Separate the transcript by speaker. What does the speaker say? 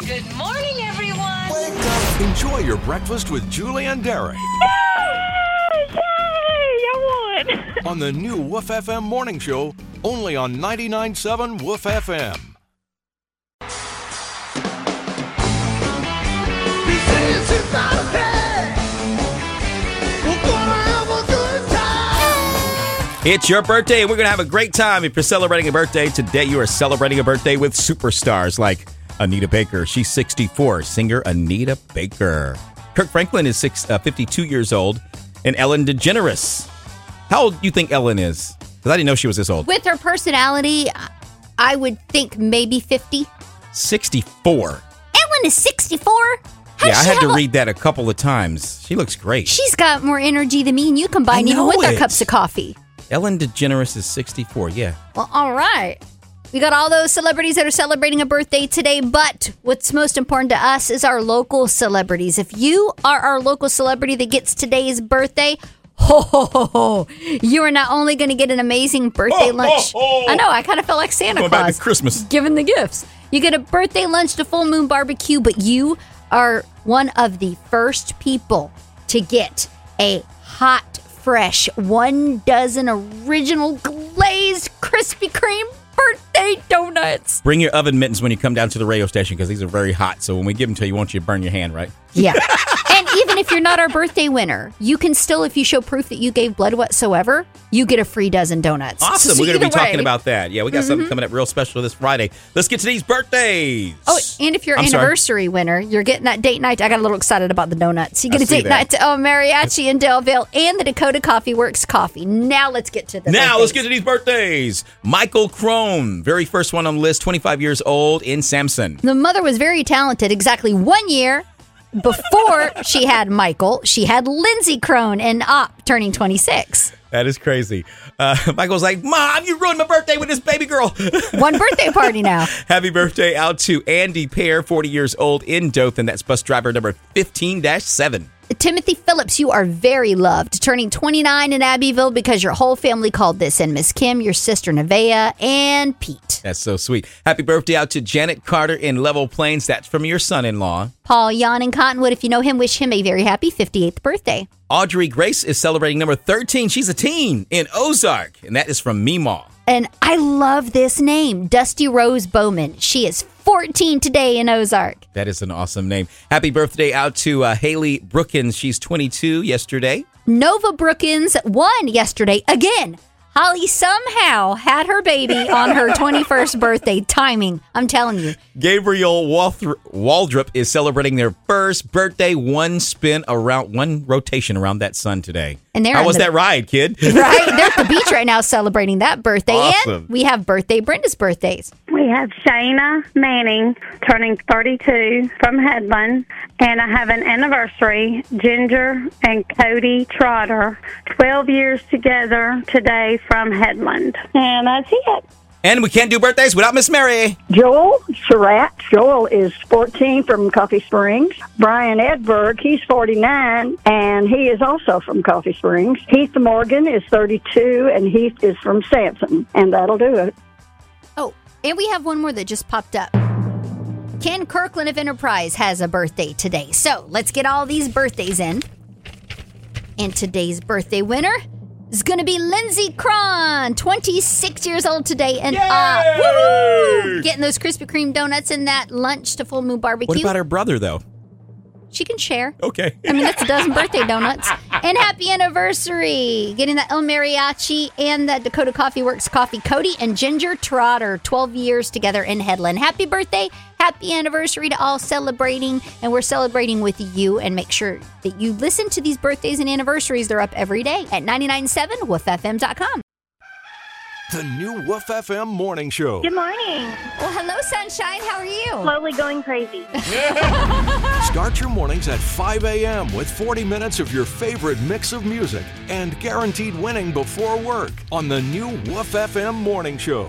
Speaker 1: Good morning, everyone.
Speaker 2: Enjoy your breakfast with Julie and Derek
Speaker 3: I won.
Speaker 2: on the new Woof FM morning show, only on 99.7 Woof FM.
Speaker 4: It's your birthday, and we're going to have a great time. If you're celebrating a birthday today, you are celebrating a birthday with superstars like Anita Baker. She's 64, singer Anita Baker. Kirk Franklin is six, uh, 52 years old, and Ellen DeGeneres. How old do you think Ellen is? Because I didn't know she was this old.
Speaker 5: With her personality, I would think maybe 50.
Speaker 4: 64.
Speaker 5: Ellen is 64. How
Speaker 4: yeah,
Speaker 5: does
Speaker 4: I
Speaker 5: she
Speaker 4: had to
Speaker 5: have a-
Speaker 4: read that a couple of times. She looks great.
Speaker 5: She's got more energy than me and you
Speaker 4: I
Speaker 5: combined, even
Speaker 4: know
Speaker 5: with our
Speaker 4: it.
Speaker 5: cups of coffee.
Speaker 4: Ellen DeGeneres is 64. Yeah.
Speaker 5: Well, all right. We got all those celebrities that are celebrating a birthday today, but what's most important to us is our local celebrities. If you are our local celebrity that gets today's birthday, ho, ho, ho, ho. you are not only going to get an amazing birthday
Speaker 4: Ho, ho,
Speaker 5: lunch.
Speaker 4: ho.
Speaker 5: I know, I kind of felt like Santa
Speaker 4: Going
Speaker 5: Claus.
Speaker 4: back to Christmas.
Speaker 5: Giving the gifts. You get a birthday lunch to Full Moon Barbecue, but you are one of the first people to get a hot, fresh, one dozen original glazed Krispy Kreme birthday donuts.
Speaker 4: Bring your oven mittens when you come down to the radio station because these are very hot. So when we give them to you, we want you to burn your hand, right?
Speaker 5: Yeah. and even if you're not our birthday winner, you can still, if you show proof that you gave blood whatsoever, you get a free dozen donuts.
Speaker 4: Awesome.
Speaker 5: So
Speaker 4: We're going to be
Speaker 5: either way- Mm-hmm.
Speaker 4: talking about that. Yeah, we got something coming up real special this Friday. Let's get to these birthdays.
Speaker 5: Oh, and if you're
Speaker 4: I'm sorry.
Speaker 5: anniversary winner, you're getting that date night. I got a little excited about the donuts. You get
Speaker 4: I
Speaker 5: a
Speaker 4: see
Speaker 5: date
Speaker 4: that.
Speaker 5: night to El Mariachi in Delville and the Dakota Coffee Works coffee. Now let's get to the
Speaker 4: Now let's
Speaker 5: birthdays.
Speaker 4: get to these birthdays. Michael Crone, very first one on the list, 25 years old in Samson.
Speaker 5: The mother was very talented. Exactly one year before she had Michael, she had Lindsay Crone and Op turning 26.
Speaker 4: That is crazy. Uh, Michael's like, Mom, you ruined my birthday with this baby girl.
Speaker 5: One birthday party now.
Speaker 4: Happy birthday out to Andy Pear, 40 years old in Dothan. That's bus driver number 15 7.
Speaker 5: Timothy Phillips, you are very loved, turning 29 in Abbeville because your whole family called this, and Miss Kim, your sister Nevaeh, and Pete.
Speaker 4: That's so sweet. Happy birthday out to Janet Carter in Level Plains. That's from your son in law.
Speaker 5: Paul Yon in Cottonwood, if you know him, wish him a very happy 58th birthday.
Speaker 4: Audrey Grace is celebrating number 13. She's a teen in Ozark, and that is from Meemaw.
Speaker 5: And I love this name, Dusty Rose Bowman. She is 14 today in Ozark.
Speaker 4: That is an awesome name. Happy birthday out to uh, Haley Brookins. She's 22 yesterday.
Speaker 5: Nova Brookins won yesterday again. Holly somehow had her baby on her 21st birthday. Timing, I'm telling you.
Speaker 4: Gabriel Walthr- Waldrop is celebrating their first birthday, one spin around, one rotation around that sun today.
Speaker 5: And they're
Speaker 4: How
Speaker 5: on
Speaker 4: was
Speaker 5: the-
Speaker 4: that ride, kid?
Speaker 5: Right? They're at the beach right now celebrating that birthday.
Speaker 4: Awesome.
Speaker 5: And we have birthday Brenda's birthdays.
Speaker 3: We have Shayna Manning turning 32 from Headland, and I have an anniversary. Ginger and Cody Trotter, 12 years together today from Headland, and that's it.
Speaker 4: and we can't do birthdays without Miss Mary.
Speaker 6: Joel Surratt. Joel is 14 from Coffee Springs. Brian Edberg, he's 49, and he is also from Coffee Springs. Heath Morgan is 32, and Heath is from Sampson, and that'll do it.
Speaker 5: Oh, and we have one more that just popped up. Ken Kirkland of Enterprise has a birthday today. So let's get all these birthdays in. And today's birthday winner is going to be Lindsay Cron, 26 years old today. And uh, woohoo! Getting those Krispy Kreme donuts and that lunch to Full Moon Barbecue.
Speaker 4: What about her brother, though?
Speaker 5: she can share.
Speaker 4: Okay.
Speaker 5: I mean, that's a dozen birthday donuts. And happy anniversary! Getting that El Mariachi and that Dakota Coffee Works coffee. Cody and Ginger Trotter, 12 years together in Headland. Happy birthday, happy anniversary to all celebrating. And we're celebrating with you. And make sure that you listen to these birthdays and anniversaries. They're up every day at 997 woofm.com.
Speaker 2: The new Woof FM morning show.
Speaker 7: Good morning.
Speaker 5: Well, hello, Sunshine. How are you?
Speaker 7: Slowly going crazy.
Speaker 2: Start your mornings at 5 a.m. with 40 minutes of your favorite mix of music and guaranteed winning before work on the new Woof FM morning show.